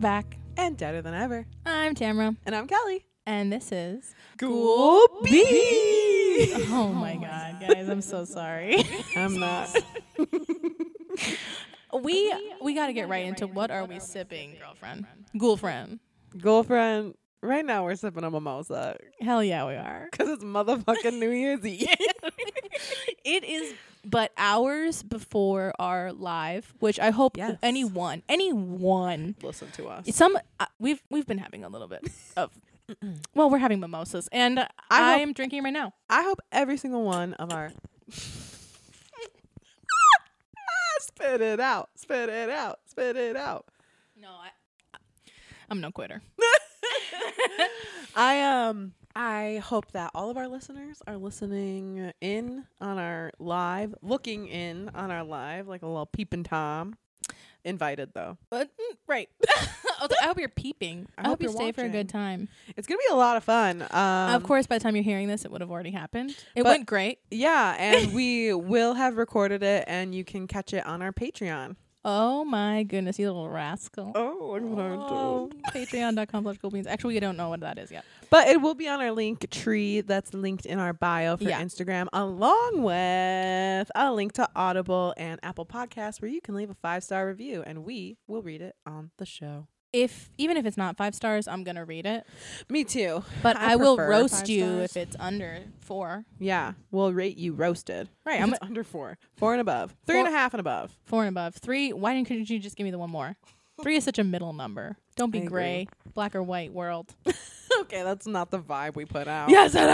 back. And deader than ever. I'm Tamra, And I'm Kelly. and this is. Cool Oh, B. my god, guys! I'm so sorry. I'm not. we we got to get right into what are we sipping, girlfriend, girlfriend. Girlfriend, right now we're sipping a mimosa Hell yeah, we are. because it's motherfucking New Year's Eve. it is but hours before our live, which I hope Yes. anyone, anyone, Listen to us. some uh, we've we've been having a little bit of. Well, we're having mimosas, and I I hope- am drinking right now. I hope every single one of our. Ah, spit it out. Spit it out. Spit it out. No, I, I'm no quitter. I um I hope that all of our listeners are listening in on our live, looking in on our live like a little peeping tom. Invited though. But mm, right. I was like, I hope you're peeping. I, hope, you you're stay for a good time. It's gonna be a lot of fun. Um, of course, by the time you're hearing this, it would have already happened. It But- went great. Yeah, and we will have recorded it, and you can catch it on our Patreon. Oh my goodness, you little rascal. Oh, I'm Oh, Patreon.com slash cool beans. Actually, we don't know what that is yet. But it will be on our link tree that's linked in our bio for Yeah. Instagram, along with a link to Audible and Apple Podcasts where you can leave a five star review and we will read it on the show. If even if it's not five stars, I'm gonna read it. Me too. But I, I will prefer roast five you stars. if it's under four. Yeah, we'll rate you roasted. Right, If I'm it's under four, four and above, three and a Four- half and above. four and above. Three. Why didn't couldn't you just give me the one more? Three is such a middle number. Don't I be agree. gray, black or white world. okay, that's not the vibe we put out. Yes, it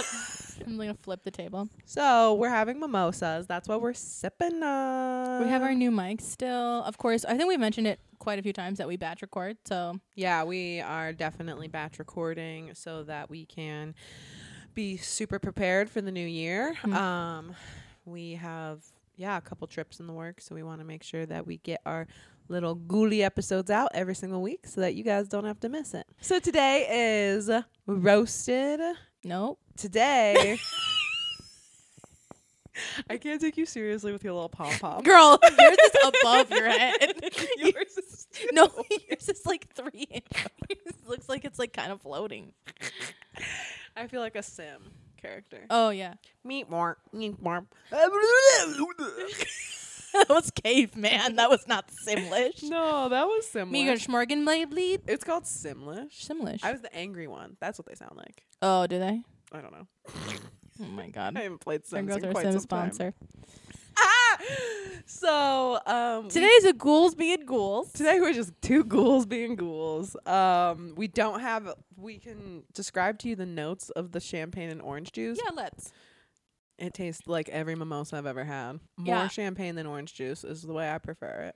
is. I'm gonna flip the table. So we're having mimosas. That's what we're sipping on. We have Uh. our new mics still. Of course, I think we mentioned it quite a few times that we batch record. So Yeah, we are definitely batch recording so that we can be super prepared for the new year. Um, we have, yeah, a couple trips in the works, so we want to make sure that we get our little ghouly episodes out every single week so that you guys don't have to miss it. So today is roasted. nope. Today. I can't take you seriously with your little pom pom. Girl, yours is above your head. Yours is No, yours is like three inches. Yours looks like it's like kind of floating. I feel like a sim character. Oh yeah. Meat more, meat more. that was caveman. That was not Simlish. no, that was Simlish. Me schmorgen my bleed. It's called Simlish. Simlish. I was the angry one. That's what they sound like. oh, do they? I don't know. Oh my I god. haven't played There Sims goes in our quite Sim some time. sponsor. Ah! So um, we- Today's a ghouls being ghouls. today we're just two ghouls being ghouls. Um, we don't have. We can describe to you the notes of the champagne and orange juice. Yeah, let's. It tastes like every mimosa I've ever had. More Yeah. champagne than orange juice is the way I prefer it.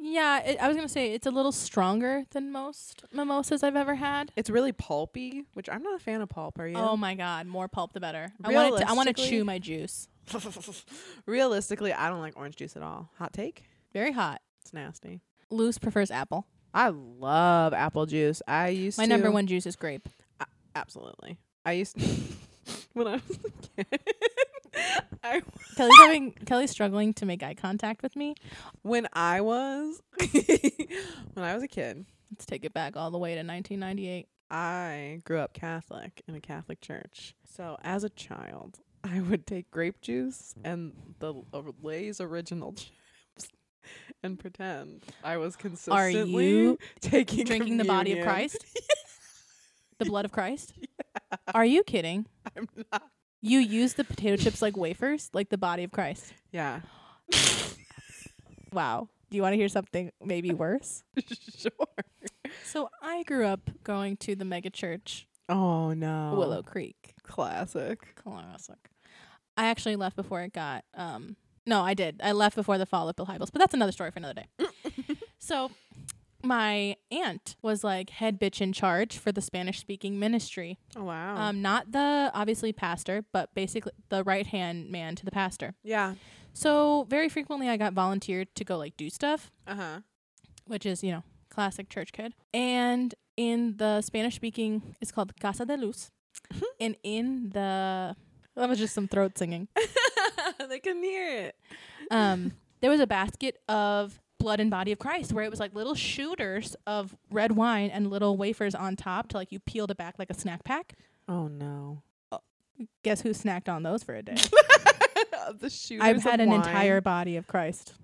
Yeah, it, I was gonna say it's a little stronger than most mimosas I've ever had. It's really pulpy, which I'm not a fan of pulp. Are you? Oh my god, more pulp the better. I want to. I want to Realistically- chew my juice. Realistically, I don't like orange juice at all. Hot take? Very hot. It's nasty. Luce prefers apple. I love apple juice. I used My to number one juice is grape. absolutely. I used when I was a kid. I, Kelly's having Kelly's struggling to make eye contact with me. when I was when I was a kid, Let's take it back all the way to 1998. I grew up Catholic in a Catholic church. So as a child, I would take grape juice and the l- Lay's original chips and pretend I was consistently you taking Drinking the body of communion. Christ, the blood of Christ. Are you kidding? I'm not. You use the potato chips like wafers, like the body of Christ. Yeah, Wow. Do you want to hear something maybe worse? sure. So I grew up going to the mega church, Oh no, Willow Creek. classic. Classic. I actually left before it got. Um, no, I did. I left before the fall of Bill Hybels, but that's another story for another day. so my aunt was like head bitch in charge for the Spanish speaking ministry. Oh wow. Um, not the obviously pastor, but basically the right hand man to the pastor. yeah. So very frequently I got volunteered to go like do stuff. Uh huh. which is, you know, classic church kid. And in the Spanish speaking, it's called Casa de Luz. and in the, that was just some throat singing. they can hear it. Um, there was a basket of blood and body of Christ, where it was like little shooters of red wine and little wafers on top to like you peeled it back like a snack pack. Oh no. Guess who snacked on those for a day? the shooters. I've had of an wine. entire body of Christ.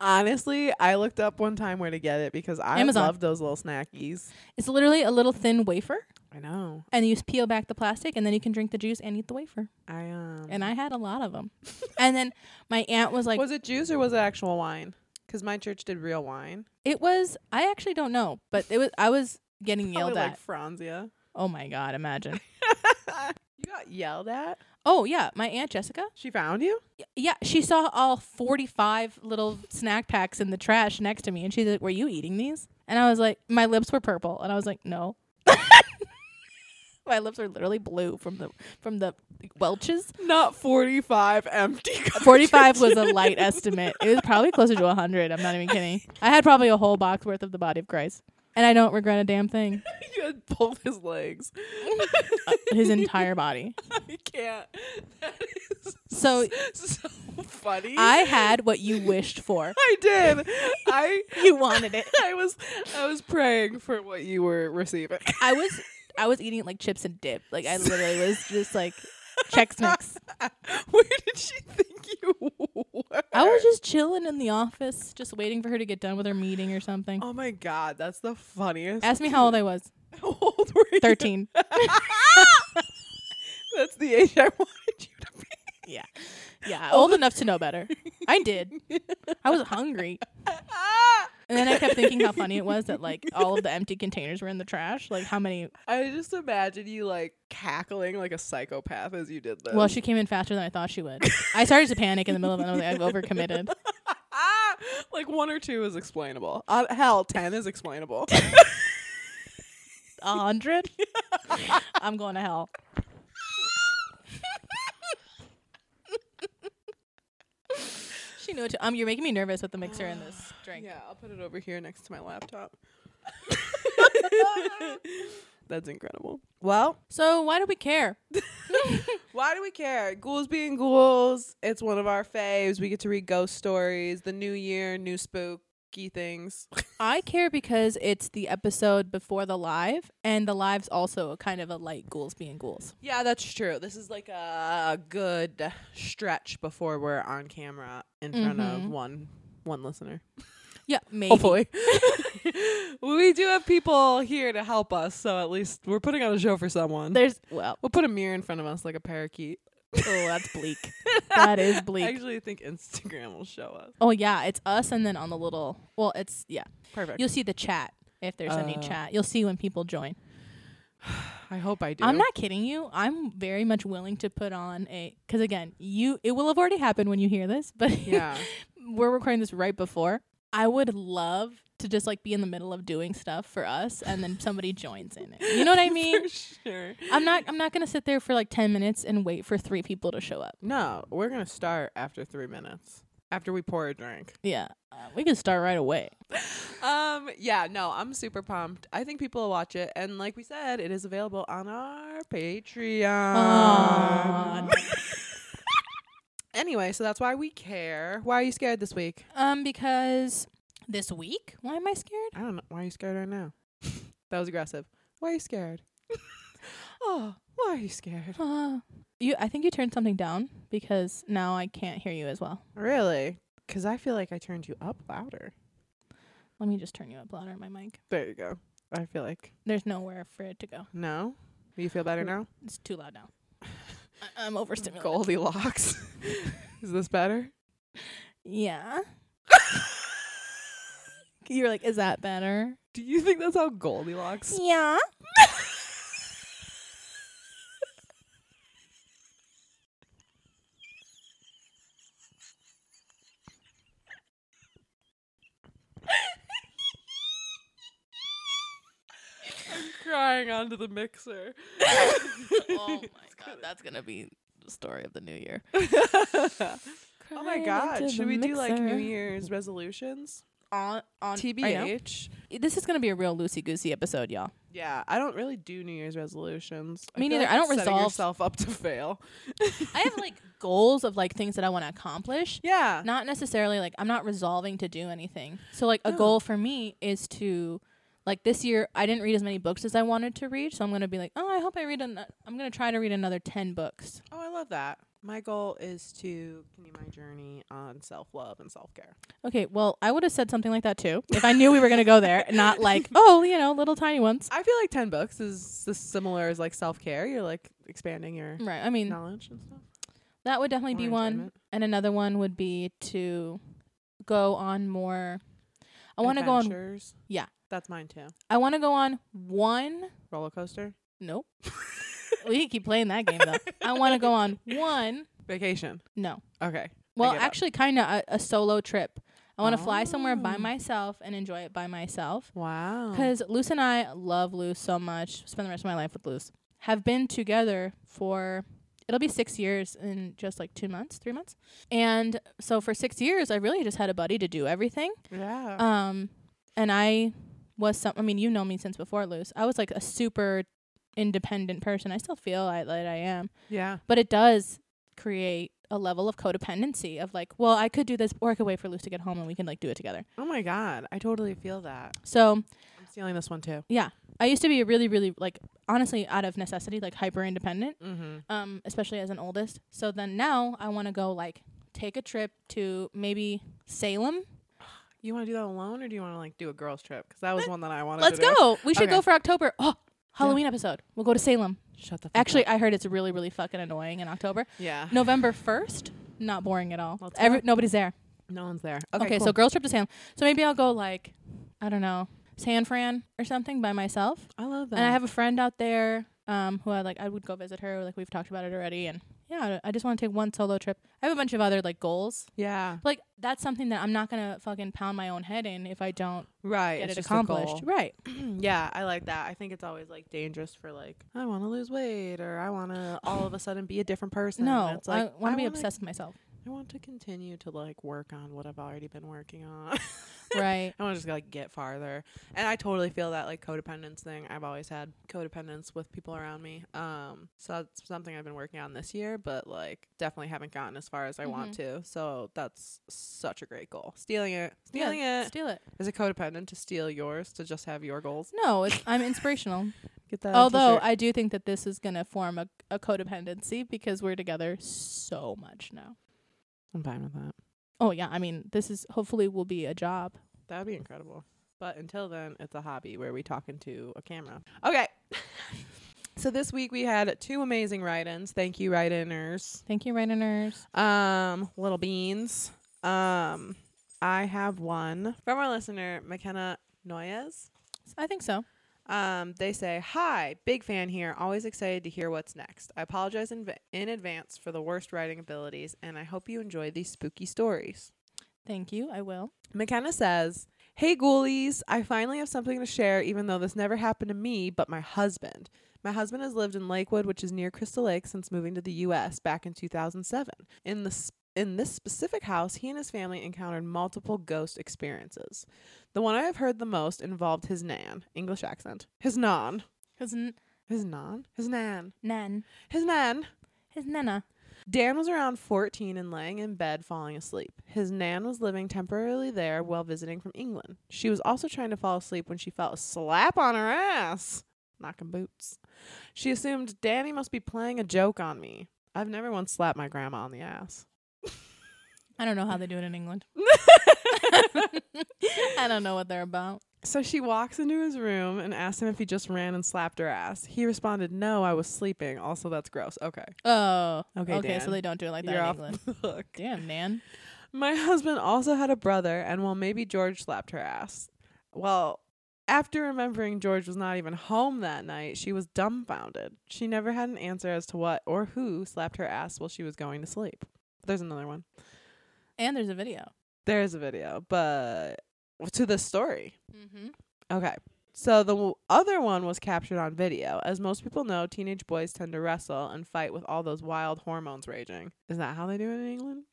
Honestly, I looked up one time where to get it because I Amazon. love those little snackies. It's literally a little thin wafer, I know. and you s- peel back the plastic, and then you can drink the juice and eat the wafer. I um. And I had a lot of them. and then my aunt was like, was it juice or was it actual wine? Because my church did real wine. "It was." I actually don't know, but it was. I was getting Probably yelled at. like Franzia. oh my god! Imagine. You got yelled at. Oh yeah, my aunt Jessica. She found you. Y- Yeah, she saw all 45 little snack packs in the trash next to me and she's like, "Were you eating these?" And I was like, my lips were purple and I was like, "No." my lips are literally blue from the from the welches. Not forty-five empty. 45 was a light estimate. It was probably closer to 100. I'm not even kidding. I had probably a whole box worth of the body of Christ. And I don't regret a Uh, damn thing. you had both his legs. His entire body. I can't. That is So so funny. I had what you wished for. I did. I You wanted it. I was I was praying for what you were receiving. I was I was eating like chips and dip. Like I literally was just like Chex Mix. Where did she think you were? I was just chilling in the office, just waiting for her to get done with her meeting or something. Oh my god, that's the funniest. Ask me how old I was. How old were you? Thirteen. That's the age I wanted you to be. yeah. Yeah. oh. Old enough to know better. I did. I was hungry. And then I kept thinking how funny it was that like all of the empty containers were in the trash. Like how many I just imagine you like cackling like a psychopath as you did this. well, she came in faster than I thought she would. I started to panic in the middle of it. I was like, I've overcommitted. Ah, like one or two is explainable. Uh, hell, ten is explainable. A hundred? I'm going to hell. she knew it. Too. Um, you're making me nervous with the mixer and this drink. yeah, I'll put it over here next to my laptop. That's incredible. Well, So why do we care? why do we care? Ghouls being ghouls. It's one of our faves. We get to read ghost stories, the new year, new spooky things. I care because it's the episode before the live, and the live's also a kind of a light ghouls being ghouls. yeah, that's true. This is like a good stretch before we're on camera in front of Mhm. one one listener. Yeah, maybe. Hopefully. we do have people here to help us, so at least we're putting on a show for someone. There's well, We'll put a mirror in front of us like a parakeet. oh that's bleak. that is bleak. I actually think Instagram will show us. oh yeah, it's us, and then on the little well, it's yeah. Perfect. You'll see the chat if there's any Oh. chat. You'll see when people join. I hope I do. I'm not kidding you. I'm very much willing to put on a because again, you it will have already happened when you hear this, but Yeah. we're recording this right before. I would love to just like be in the middle of doing stuff for us, and then somebody joins in it. You know what I mean? for sure. I'm not. I'm not gonna sit there for like ten minutes and wait for three people to show up. No, we're gonna start after three minutes. After we pour a drink. Yeah, uh, we can start right away. Um, yeah, no, I'm super pumped. I think people will watch it. And like we said, it is available on our Patreon. anyway, so that's why we care. Why are you scared this week? um, because this week, why am I scared? I don't know. Why are you scared right now? that was aggressive. Why are you scared? oh, why are you scared? Uh, you. I think you turned something down because now I can't hear you as well. Really? Because I feel like I turned you up louder. Let me just turn you up louder on my mic. There you go. I feel like There's nowhere for it to go. no. You feel better now? It's too loud now. I- I'm overstimulated. Goldilocks. Is this better? Yeah. You're like, is that better? Do you think that's how Goldilocks? Yeah. Crying onto the mixer. oh my god, that's gonna be the story of the new year. oh my god! Should we do like New Year's resolutions? on on right now? TBH. This is gonna be a real loosey goosey episode, y'all. Yeah, I don't really do New Year's resolutions. Me feel neither. I it's don't setting resolve- yourself up to fail. I have like goals of like things that I want to accomplish. Yeah. Not necessarily like I'm not resolving to do anything. So like a No. goal for me is to like this year I didn't read as many books as I wanted to read, so I'm going to be like, "Oh, I hope I read an- I'm going to try to read another 10 books." Oh, I love that. My goal is to continue my journey on self love and self care. Okay, well, I would have said something like that too if I knew we were going to go there, not like, "Oh, you know, little tiny ones." I feel like ten books is as similar as like self care. You're like expanding your Right. I mean, knowledge and stuff. that would definitely Mm. be Or one. enjoyment. And another one would be to go on more I want to go on Adventures. Yeah. That's mine too. I want to go on one Roller coaster. Nope. we can keep playing that game though. I want to go on one. Vacation. No. Okay. Well, give up. actually, kind of a, a solo trip. I want to fly somewhere by Oh. myself and enjoy it by myself. Wow. Because Luce and I love Luce so much. Spend the rest of my life with Luce. Have been together for it'll be six years in just like two months, three months. And so for six years, I really just had a buddy to do everything. yeah. Um, and I was some. I mean, you know me since before, Luce. I was like a super independent person. I still feel I, that I am, yeah. but it does create a level of codependency of like, well, I could do this, or I could wait for Luce to get home and we can like do it together. Oh my god. I totally feel that. So I'm stealing this one too. I used to be really, really like honestly out of necessity, like hyper independent, Mm-hmm. um, especially as an oldest. So then now I want to go like take a trip to maybe Salem. You want to do that alone, or do you want to like do a girls trip? Because that was one that I wanted. Let's to do. go. We should Okay. go for October. Oh, Halloween episode. We'll go to Salem. Shut the. Fuck Actually, up. I heard it's really, really fucking annoying in October. yeah. November 1st, not boring at all. Let's Every, go. nobody's there. No one's there. Okay, so girls trip to San. So maybe I'll go like, I don't know, San Fran or something by myself. I love that. And I have a friend out there um, who I like. I would go visit her. Like we've talked about it already. And yeah, I I just want to take one solo trip. I have a bunch of other like goals. yeah. Like that's something that I'm not gonna fucking pound my own head in if I don't Right. get it's it just a accomplished. goal. Right. yeah, I like that. I think it's always like dangerous for like I want to lose weight or I want to all of a sudden be a different person. No, And it's like I want to be wanna- obsessed with myself. I want to continue to like work on what I've already been working on. right. I want to just like get farther. And I totally feel that like codependence thing. I've always had codependence with people around me. Um so that's something I've been working on this year, but like definitely haven't gotten as far as I want Mm-hmm. to. So that's such a great goal. Stealing it. Yeah, Stealing it. Steal it. As a codependent to steal yours to just have your goals. No, it's, I'm inspirational. Get that on a Although t-shirt. I do think that this is going to form a, a codependency because we're together so much now. I'm fine with that. Oh yeah, I mean this is hopefully will be a job. That would be incredible. But until then, it's a hobby where we talk into a camera. Okay. so this week we had two amazing write-ins. Thank you, write-inners. Thank you, Rhininers. Um, little beans. Um, I have one from our listener, McKenna Noyes. I think so. Um, they say, "Hi, big fan here. Always excited to hear what's next. I apologize in, va- in advance for the worst writing abilities, and I hope you enjoy these spooky stories." Thank you. I will. McKenna says, Hey ghoulies, I finally have something to share, even though this never happened to me, but my husband. My husband has lived in Lakewood, which is near Crystal Lake, since moving to the U.S. back in 2007. In the sp- in this specific house, he and his family encountered multiple ghost experiences. The one I have heard the most involved his nan, English accent, his non, His n- his non, his nan, nan, his nan. his nana. Dan was around 14 and laying in bed falling asleep. His nan was living temporarily there while visiting from England. She was also trying to fall asleep when she felt a slap on her ass. Knocking boots. She assumed Danny must be playing a joke on me. I've never once slapped my grandma on the ass. I don't know how they do it in England. I don't know what they're about. So she walks into his room and asks him if he just ran and slapped her ass. He responded, No, I was sleeping. Also, that's gross. Okay. Oh, Okay, okay. Dan. so they don't do it like that You're in off England. the hook. Damn, Nan. My husband also had a brother, and well, maybe George slapped her ass. Well, after remembering George was not even home that night, she was dumbfounded. She never had an answer as to what or who slapped her ass while she was going to sleep. There's another one. And there's a video. There is a video, but to this story. Mm-hmm. Okay. So the w- other one was captured on video. As most people know, teenage boys tend to wrestle and fight with all those wild hormones raging. Is that how they do it in England?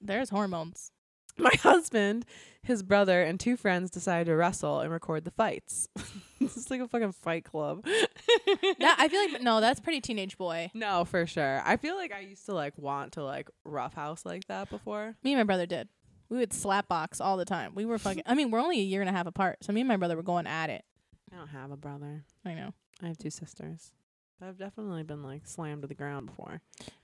There's hormones. My husband, his brother, and two friends decided to wrestle and record the fights. this is like a fucking fight club. That I feel like no, that's pretty teenage boy. No, for sure. I feel like I used to like want to like roughhouse like that before. Me and my brother did. We would slap box all the time. We were fucking. I mean, we're only a year and a half apart, so me and my brother were going at it. I don't have a brother. I know. I have two sisters. But I've definitely been like slammed to the ground before.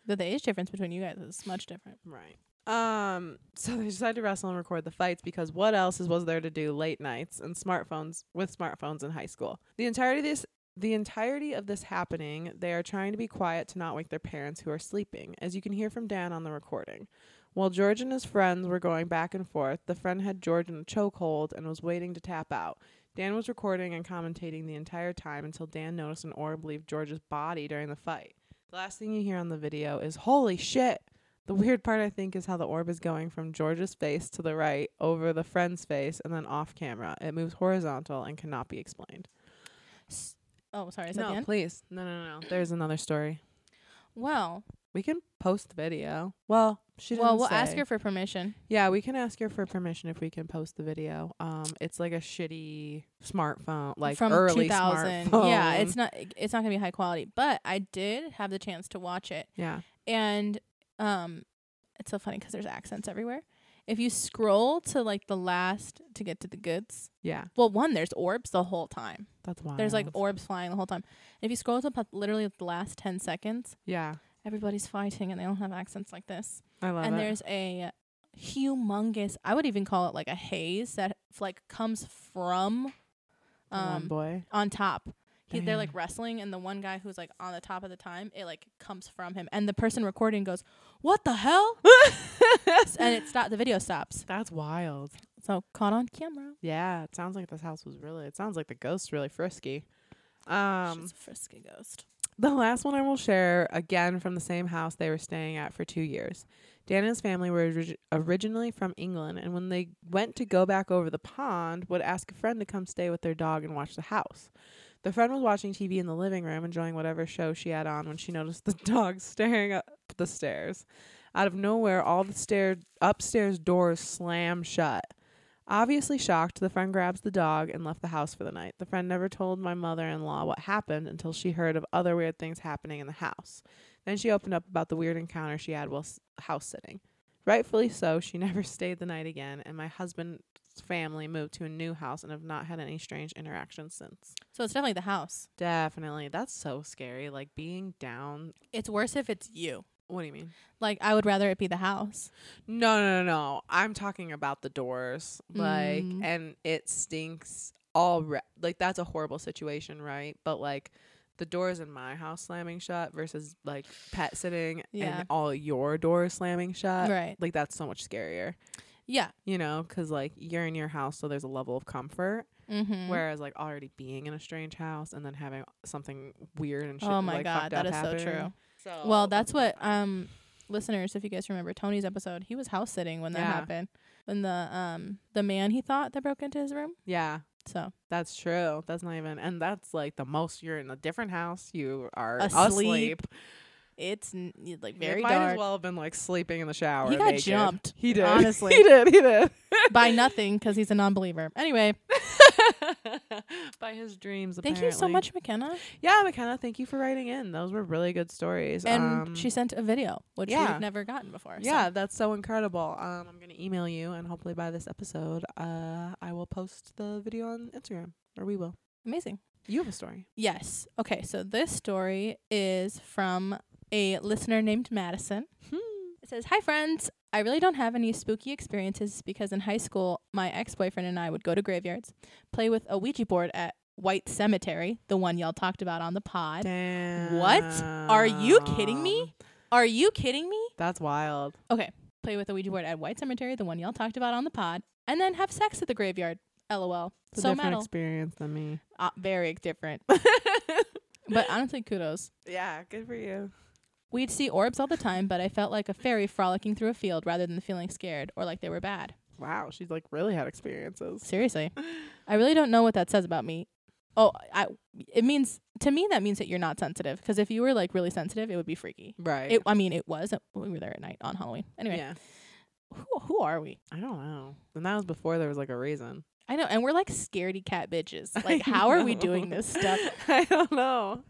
But the age difference between you guys is much different. Right. Um, so they decided to wrestle and record the fights because what else is was there to do late nights and smartphones with smartphones in high school? The entirety of this the entirety of this happening, they are trying to be quiet to not wake their parents who are sleeping, as you can hear from Dan on the recording. While George and his friends were going back and forth, the friend had George in a chokehold and was waiting to tap out. Dan was recording and commentating the entire time until Dan noticed an orb leave George's body during the fight. The last thing you hear on the video is holy shit. The weird part, I think, is how the orb is going from George's face to the right, over the friend's face, and then off camera. It moves horizontal and cannot be explained. S- Oh, sorry. Is that the No, end? please. No, no, no, no. There's another story. Well, We can post the video. Well, she didn't well, we'll ask say. her for permission. Yeah, we can ask her for permission if we can post the video. Um, it's like a shitty smartphone, like from early 2000. smartphone. Yeah, it's not it's not gonna be high quality, but I did have the chance to watch it, yeah. and um, it's so funny because there's accents everywhere. If you scroll to like the last to get to the goods, Yeah, well, one there's orbs the whole time. that's wild. There's like orbs flying the whole time. If you scroll to pu- literally the last ten seconds, yeah, everybody's fighting and they don't have accents like this. I love and it. there's a humongous, I would even call it like a haze that like comes from The one um boy. on top. He, they're Dang. like wrestling, and the one guy who's like on the top of the time, it like comes from him, and the person recording goes, "What the hell?" and it stop. The video stops. That's wild. So caught on camera. Yeah, it sounds like this house was really. It sounds like the ghost's really frisky. Um, She's a frisky ghost. The last one I will share again from the same house they were staying at for two years. Dan and his family were orig- originally from England, and when they went to go back over the pond, would ask a friend to come stay with their dog and watch the house. The friend was watching TV in the living room, enjoying whatever show she had on when she noticed the dog staring up the stairs. Out of nowhere, all the stair- upstairs doors slam shut. Obviously shocked, the friend grabs the dog and left the house for the night. The friend never told my mother in law what happened until she heard of other weird things happening in the house. Then she opened up about the weird encounter she had while s- house sitting. Rightfully so, she never stayed the night again, and my husband's family moved to a new house and have not had any strange interactions since. So it's definitely the house. Definitely. That's so scary. Like being down. It's worse if it's you. What do you mean? Like I would rather it be the house. No, no, no, no. I'm talking about the doors. Like, Mm. and it stinks all re- like that's a horrible situation, right? But like the doors in my house slamming shut versus like pet sitting Yeah. and all your doors slamming shut. right. Like that's so much scarier, Yeah. you know, cuz like you're in your house so there's a level of comfort Mm-hmm. whereas like already being in a strange house and then having something weird and shit oh my like, god, fucked that up is so happen. true. So Well, that's what um listeners, if you guys remember Tony's episode, he was house sitting when that Yeah. happened. When the um the man he thought that broke into his room. Yeah. So That's true. That's not even, and that's like the most you're in a different house. You are asleep. Asleep. it's n- like very it might dark as well have been like sleeping in the shower. He got naked. jumped, He did. honestly. he did. He did. by nothing because he's a non-believer. Anyway, By his dreams. thank you so apparently. much, McKenna. Yeah, McKenna. Thank you for writing in. Those were really good stories. And um, she sent a video, which yeah. we've never gotten before. so- Yeah, that's so incredible. Um, I'm gonna email you, and hopefully by this episode, uh, I will post the video on Instagram, or we will. amazing. You have a story. Yes. Okay. So this story is from a listener named Madison. It says, Hi, friends. I really don't have any spooky experiences because in high school, my ex boyfriend and I would go to graveyards, play with a Ouija board at White Cemetery, the one y'all talked about on the pod. Damn. What? Are you kidding me? Are you kidding me? That's wild. Play with a Ouija board at White Cemetery, the one y'all talked about on the pod, and then have sex at the graveyard. LOL. It's a so different metal. experience than me. Uh, very different. but honestly, kudos. yeah, good for you. We'd see orbs all the time, but I felt like a fairy frolicking through a field rather than feeling scared or like they were bad. Wow, she's like really had experiences. Seriously. I really don't know what that says about me. Oh, I it means to me that means that you're not sensitive because if you were like really sensitive, it uh, would be freaky. Right. It I mean, it was we were there at night on Halloween. Anyway, Yeah. who, who are we? I don't know. And that was before there was like a reason. I know, and we're like scaredy cat bitches. I Like, how are we know. doing this stuff? I don't know.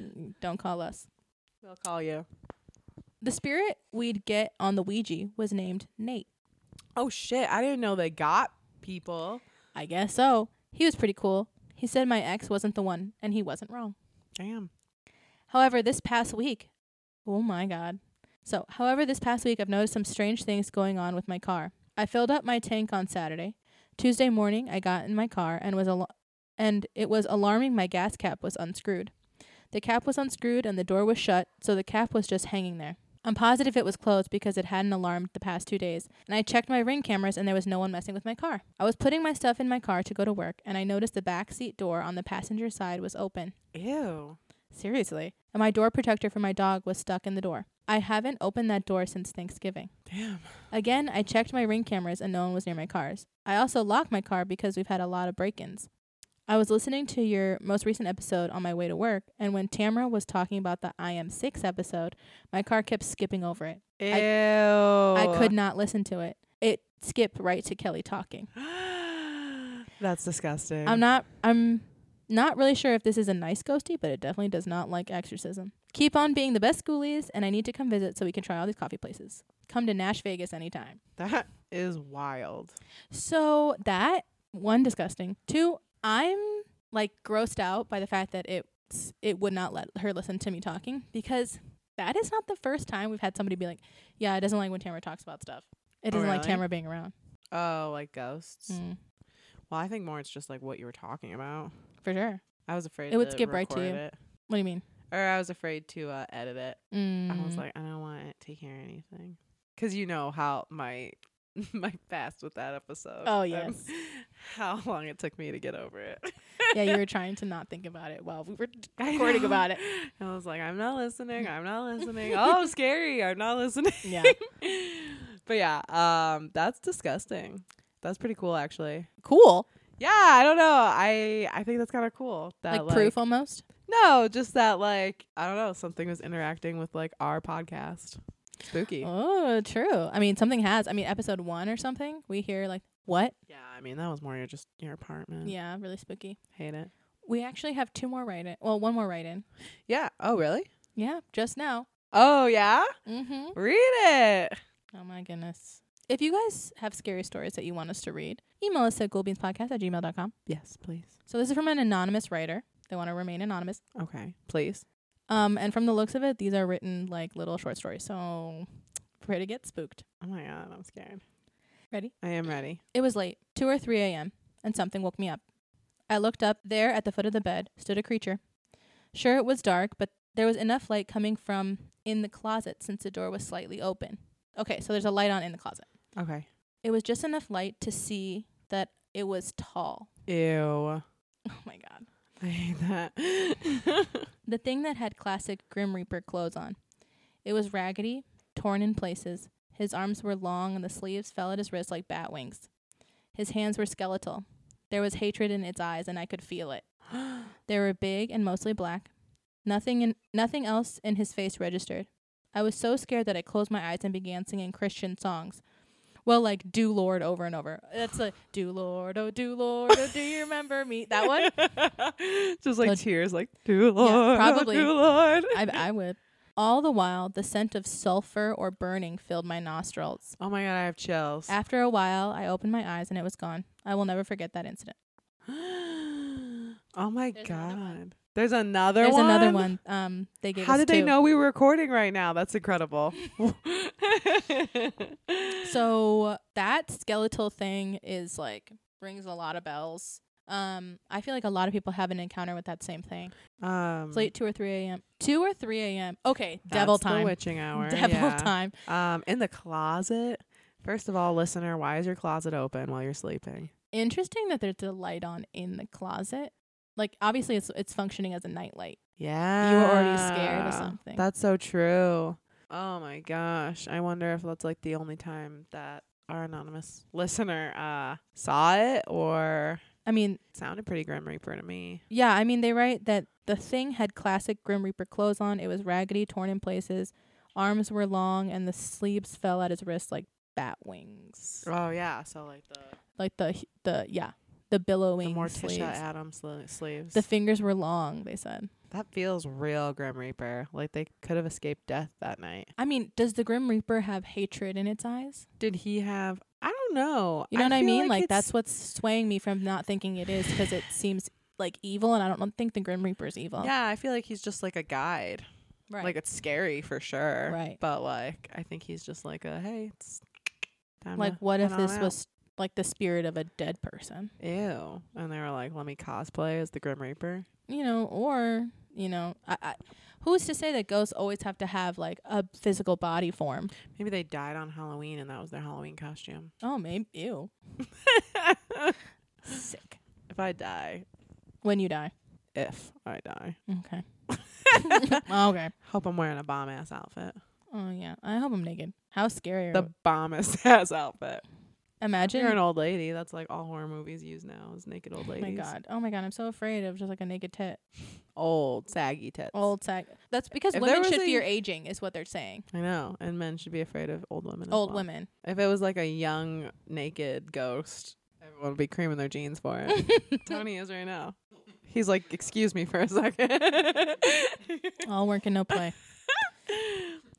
Mm, Don't call us. They'll call you. The spirit we'd get on the Ouija was named Nate. Oh shit! I didn't know they got people. I guess so. He was pretty cool. He said my ex wasn't the one, and he wasn't wrong. Damn. However, this past week, oh my God. So, however, this past week, I've noticed some strange things going on with my car. I filled up my tank on Saturday. Tuesday morning, I got in my car and was al- and it was alarming my gas cap was unscrewed. The cap was unscrewed and the door was shut, so the cap was just hanging there. I'm positive it was closed because it hadn't alarmed the past two days, and I checked my ring cameras and there was no one messing with my car. I was putting my stuff in my car to go to work, and I noticed the back seat door on the passenger side was open. Ew. Seriously. And my door protector for my dog was stuck in the door. I haven't opened that door since Thanksgiving. Damn. Again, I checked my ring cameras and no one was near my cars. I also locked my car because we've had a lot of break ins. I was listening to your most recent episode on my way to work, and when Tamara was talking about the I Am 6 episode, my car kept skipping over it. Ew. I I could not listen to it. It skipped right to Kelly talking. That's disgusting. I'm not I'm not really sure if this is a nice ghosty, but it definitely does not like exorcism. Keep on being the best schoolies, and I need to come visit so we can try all these coffee places. Come to Nash Vegas anytime. That is wild. So that one disgusting. Two, I'm like grossed out by the fact that it it would not let her listen to me talking because that is not the first time we've had somebody be like, "Yeah, it doesn't like when Tamara talks about stuff. It Oh, doesn't like really? Tamara being around." Oh, like ghosts. Mm, Well, I think more it's just like what you were talking about. for sure. I was afraid It would to skip right to record you. it. What do you mean? or I was afraid to uh, edit it. I was Mm. like, I don't want it to hear anything, because you know how my my past with that episode. "Oh and yes." how long it took me to get over it. yeah, you were trying to not think about it while we were recording about it. I was like, I'm not listening. I'm not listening. oh, scary. I'm not listening. Yeah. but yeah, um, that's disgusting. That's pretty cool, actually. Cool. Yeah, I don't know. I I think that's kind of cool. That like proof almost. No, just that like I don't know. Something was interacting with like our podcast. Spooky. Oh, true. I mean, something has. I mean, episode one or something, we hear like, what? Yeah, I mean that was more your just your apartment. Yeah, really spooky. hate it. We actually have two more write in. Well, one more write in. Yeah. Oh really? Yeah, just now. Oh yeah. Mm hmm. Read it. Oh, my goodness. If you guys have scary stories that you want us to read, email us at ghoulbeanspodcast at gmail dot com. Yes, please. So this is from an anonymous writer. They want to remain anonymous. Okay, please. Um, and from the looks of it, these are written like little short stories. So pray to get spooked. Oh my god, I'm scared. Ready? I am ready. It was late, 2 or 3 a.m., and something woke me up. I looked up. There, at the foot of the bed, stood a creature. Sure, it was dark, but there was enough light coming from in the closet since the door was slightly open. Okay, so there's a light on in the closet. Okay. It was just enough light to see that it was tall. Ew. Oh my god. I hate that. The thing that had classic Grim Reaper clothes on. It was raggedy, torn in places. His arms were long and the sleeves fell at his wrists like bat wings. His hands were skeletal. There was hatred in its eyes, and I could feel it. They were big and mostly black. Nothing in, nothing else in his face registered. I was so scared that I closed my eyes and began singing Christian songs. Well, like "Do Lord" over and over. That's like "Do Lord, oh Do Lord, oh Do you remember me?" That one. just like The- tears, like do Lord, oh, probably. do Lord. I, I would. All the while, the scent of sulfur or burning filled my nostrils. oh my god, I have chills. After a while, I opened my eyes and it was gone. I will never forget that incident. oh my There's god. another one. There's another There's one. another one. Um, they gave How us did they two. know we were recording right now? That's incredible. So that skeletal thing is like rings a lot of bells. Um, I feel like a lot of people have an encounter with that same thing. um, It's late two or three a.m. Two or three a.m. Okay, that's devil the time. witching hour. Devil yeah. time. Um, in the closet. First of all, listener, why is your closet open while you're sleeping? Interesting that there's a light on in the closet. Like obviously, it's it's functioning as a nightlight. Yeah, You were already scared of something. That's so true. Oh my gosh, I wonder if that's like the only time that our anonymous listener uh saw it or I mean, sounded pretty grim reaper to me. Yeah, I mean they write that the thing had classic Grim Reaper clothes on. It was raggedy, torn in places. Arms were long, and the sleeves fell at his wrists like bat wings, Oh yeah, so like the like the the yeah the the billowing Morticia sleeves. Adams sli- sleeves. the fingers were long. They said. that feels real Grim Reaper. Like they could have escaped death that night. I mean, does the Grim Reaper have hatred in its eyes? Did he have? I don't know. You know what I feel mean? Like, that's it's- what's swaying me from not thinking it is because it seems like evil, and I don't, don't think the Grim Reaper is evil. Yeah, I feel like he's just like a guide. right. Like it's scary for sure. Right. But like I think he's just like a hey, it's time like to what if head on this out." was like the spirit of a dead person? ew? And they were like, let me cosplay as the Grim Reaper. You know, or you know, I, I, who's to say that ghosts always have to have like a physical body form? Maybe they died on Halloween and that was their Halloween costume. Oh, maybe ew, sick. if I die, When you die, if I die, okay, Oh, okay. hope I'm wearing a bomb ass outfit. Oh yeah, I hope I'm naked. How scary! The bomb ass outfit. Imagine You're an old lady. That's like all horror movies use now is naked old Oh ladies. my god. Oh my god. I'm so afraid of just like a naked tit. Old saggy tits. Old sag. That's because If there women was should a- fear aging, is what they're saying. I know. And men should be afraid of old women. as Old well. women. If it was like a young naked ghost, everyone would be creaming their jeans for it. Tony is right now. He's like, excuse me for a second. All work and no play.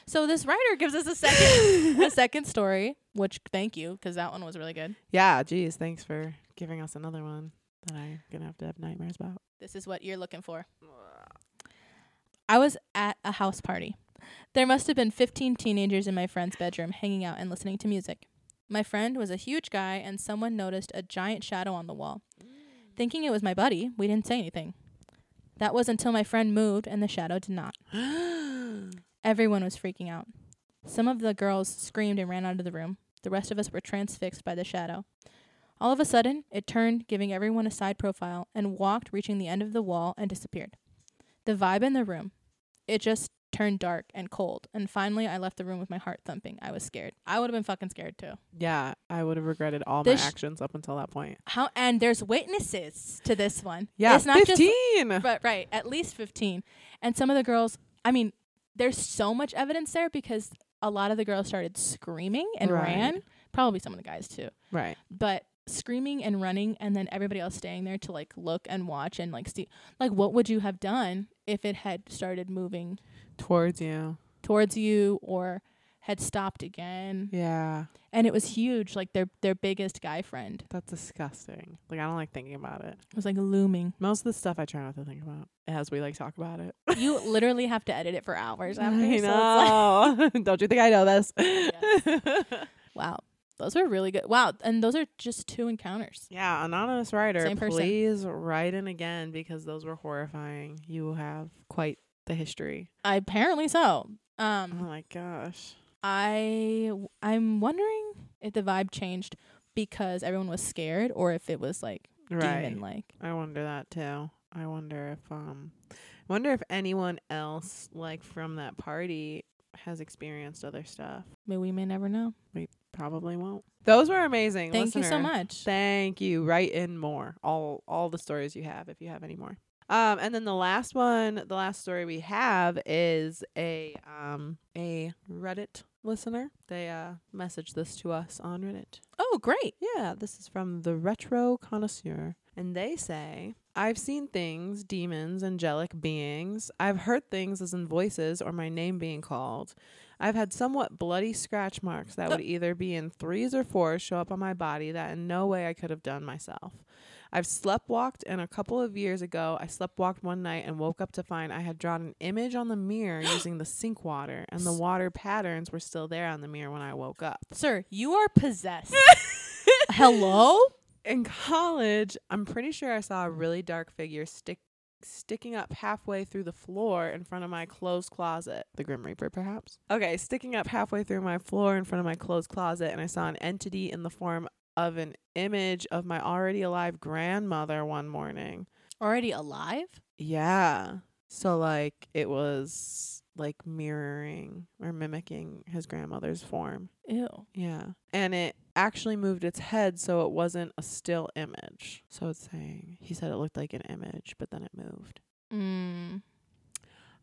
so this writer gives us a second a second story, which thank you because that one was really good. yeah, geez, thanks for giving us another one that I'm gonna have to have nightmares about. This is what you're looking for. I was at a house party. There must have been 15 teenagers in my friend's bedroom hanging out and listening to music. My friend was a huge guy, and someone noticed a giant shadow on the wall. Thinking it was my buddy, we didn't say anything. That was until my friend moved and the shadow did not. Everyone was freaking out. Some of the girls screamed and ran out of the room. The rest of us were transfixed by the shadow. All of a sudden, it turned, giving everyone a side profile, and walked, reaching the end of the wall, and disappeared. The vibe in the room, it just turned dark and cold, and finally I left the room with my heart thumping. I was scared. I would have been fucking scared too. yeah, I would have regretted all This- my actions up until that point. How and there's witnesses to this one. Yeah, It's not just fifteen. but right, at least 15. And some of the girls, I mean, there's so much evidence there because a lot of the girls started screaming and Right. ran. Probably some of the guys too. right. But screaming and running and then everybody else staying there to like look and watch and like see like what would you have done if it had started moving Towards you. towards you or had stopped again Yeah. and it was huge like their their biggest guy friend That's disgusting. Like I don't like thinking about it. was like looming Most of the stuff I try not to think about as we like talk about it. you literally have to edit it for hours after so I it's like- know. don't you think I know this? Wow. Those were really good. Wow. And those are just two encounters. Yeah, anonymous writer, Same person. please write in again because those were horrifying. You have quite the history. I, apparently so. Oh Um, my gosh. I I'm wondering if the vibe changed because everyone was scared or if it was like Right. demon like. I wonder that too. I wonder if um I wonder if anyone else like from that party has experienced other stuff. Maybe we may never know. Probably won't. Those were amazing. Thank you so listener. much. Thank you. Write in more. All all the stories you have, if you have any more. Um, and then the last one, the last story we have is a um a Reddit listener. They uh messaged this to us on Reddit. oh, great. Yeah, this is from the Retro Connoisseur. And they say, I've seen things, demons, angelic beings. I've heard things as in voices or my name being called. I've had somewhat bloody scratch marks that would either be in threes or fours show up on my body that in no way I could have done myself. I've sleptwalked, and a couple of years ago, I sleptwalked one night and woke up to find I had drawn an image on the mirror using the sink water, and the water patterns were still there on the mirror when I woke up. Sir, you are possessed. Hello? in college, I'm pretty sure I saw a really dark figure stick sticking up halfway through the floor in front of my clothes closet. The Grim Reaper, perhaps? Okay, sticking up halfway through my floor in front of my clothes closet, and I saw an entity in the form of an image of my already alive grandmother one morning. Already alive? Yeah. So, like, it was like mirroring or mimicking his grandmother's form. Ew. Yeah. And it actually moved its head so it wasn't a still image. So it's saying he said it looked like an image, but then it moved. Mm.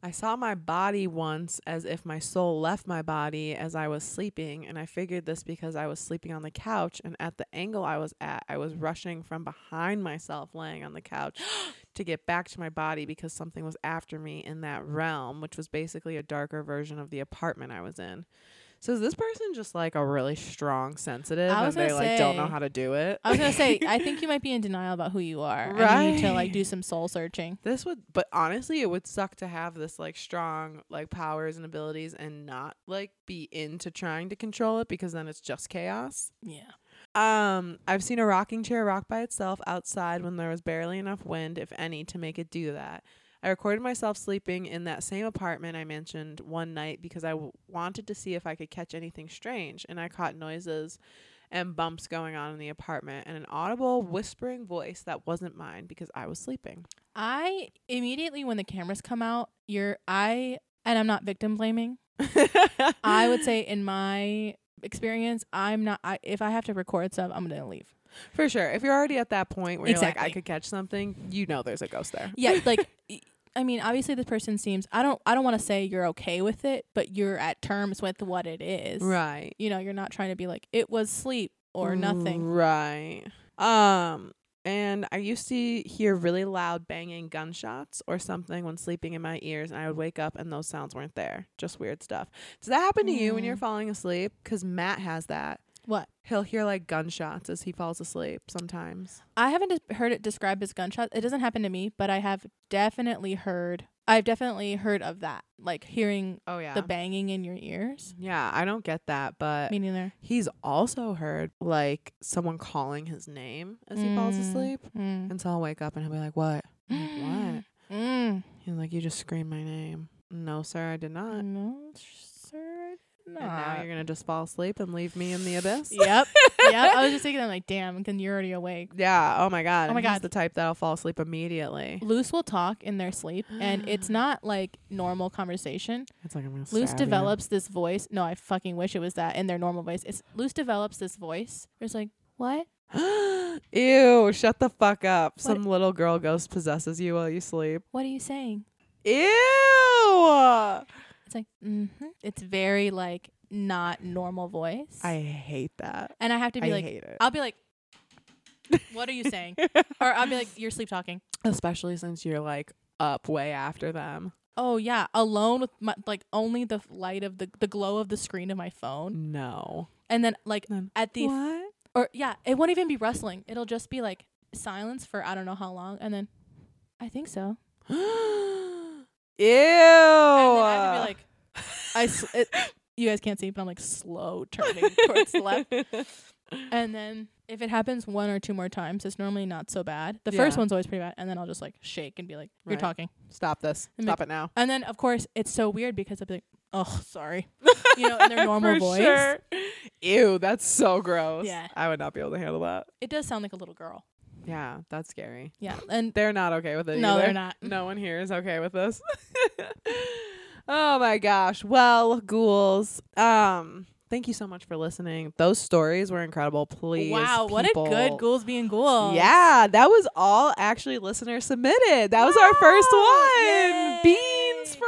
I saw my body once as if my soul left my body as I was sleeping, and I figured this because I was sleeping on the couch, and at the angle I was at, I was rushing from behind myself laying on the couch to get back to my body because something was after me in that realm, which was basically a darker version of the apartment I was in. So is this person just like a really strong sensitive I and was they gonna like don't know say- how to do it? I was gonna say, I think you might be in denial about who you are. and You need to like Right. do some soul searching. This would, but honestly, it would suck to have this like strong like powers and abilities and not like be into trying to control it because then it's just chaos. Yeah. Um, I've seen a rocking chair rock by itself outside when there was barely enough wind, if any, to make it do that. I recorded myself sleeping in that same apartment I mentioned one night because I w- wanted to see if I could catch anything strange, and I caught noises and bumps going on in the apartment and an audible whispering voice that wasn't mine because I was sleeping. I immediately when the cameras come out, you're I and I'm not victim blaming. I would say in my experience, I'm not I if I have to record stuff, I'm gonna leave. For sure. If you're already at that point where you're like, Exactly. I could catch something, you know there's a ghost there. Yeah, like y- I mean, obviously this person seems I don't I don't wanna say you're okay with it, but you're at terms with what it is. Right. You know, you're not trying to be like, it was sleep or nothing. Mm. Right. Um and I used to hear really loud banging gunshots or something when sleeping in my ears, and I would wake up and those sounds weren't there. Just weird stuff. Does that happen to you when you're Mm. falling asleep? Because Matt has that. What? He'll hear like gunshots as he falls asleep sometimes. I haven't des- heard it described as gunshot. It doesn't happen to me, but I have definitely heard. I've definitely heard of that, like hearing Oh yeah. the banging in your ears. yeah, I don't get that, but Me neither. he's also heard like someone calling his name as he falls Mm. asleep. Mm. And so I'll wake up and he'll be like, What? I'm like, what? Mm. He's like, You just screamed my name. No, sir, I did not. No, sir. And now Not. you're gonna just fall asleep and leave me in the abyss. yep. Yep. I was just thinking, I'm like, damn, then you're already awake. Yeah. Oh my god. Oh my and he's God. the type that'll fall asleep immediately. Loose will talk in their sleep, and it's not like normal conversation. It's like I'm gonna. Luce stab you. develops this voice. No, I fucking wish it was that in their normal voice. It's Luce develops this voice. It's like, what? Ew! Shut the fuck up. Some little girl ghost possesses you while you sleep. What are you saying? Ew! It's like, hmm It's very like not normal voice. I hate that. and I have to I be like, hate it. I'll be like, what are you saying? or I'll be like, you're sleep talking. Especially since you're like up way after them. Oh yeah, alone with my like only the light of the the glow of the screen of my phone, No. and then like Then at the what? or yeah, it won't even be rustling. It'll just be like silence for I don't know how long, and then I think so. Ew. And then I have to Oh, be like, I uh. s- it, you guys can't see, but I'm like slow turning towards left. And then if it happens one or two more times, it's normally not so bad. The first Yeah. one's always pretty bad, and then I'll just like shake and be like, "You're Right. talking." Stop this. And Stop it now. And then of course it's so weird because I'll be like, "Oh, sorry," you know, in their normal For voice. sure. Ew, that's so gross. Yeah. I would not be able to handle that. It does sound like a little girl. Yeah, that's scary. Yeah, and They're not okay with it. no, either. they're not. No one here is okay with this. oh my gosh. Well, ghouls. Um, thank you so much for listening. Those stories were incredible. Please. wow, what a people- good ghouls being ghouls. Yeah, that was all actually listener submitted. That was our first Wow, one. yay. Beans for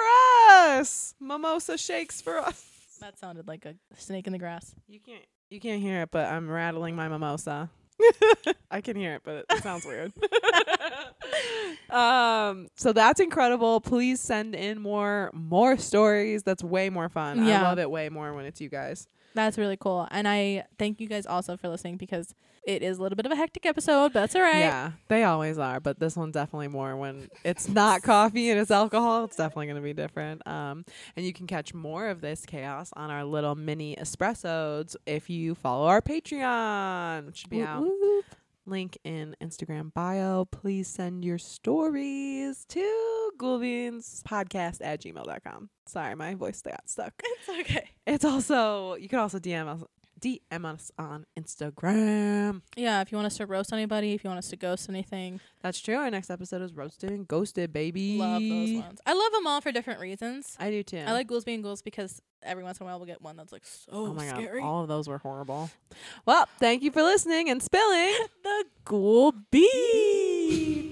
us. Mimosa shakes for us. That sounded like a snake in the grass. You can't you can't hear it, but I'm rattling my mimosa. I can hear it, but it sounds weird. um, so that's incredible. Please send in more more stories. That's way more fun. I Yeah. love it way more when it's you guys. That's really cool. And I thank you guys also for listening because it is a little bit of a hectic episode, but that's all right. Yeah, they always are, but this one definitely more when it's not coffee and it's alcohol. It's definitely going to be different. Um, and you can catch more of this chaos on our little mini espressos if you follow our Patreon, which should be Whoop, out. Link in Instagram bio. Please send your stories to ghoulbeanspodcast at gmail.com. Sorry, my voice got stuck. It's okay. It's also, you can also DM us, DM us on Instagram. Yeah, if you want us to roast anybody, if you want us to ghost anything, That's true. Our next episode is roasted and ghosted, baby. love those ones. I love them all for different reasons. I do too. I like ghouls being ghouls because every once in a while we'll get one that's like so Oh, my scary. god, all of those were horrible. Well, thank you for listening and spilling the ghoul bee.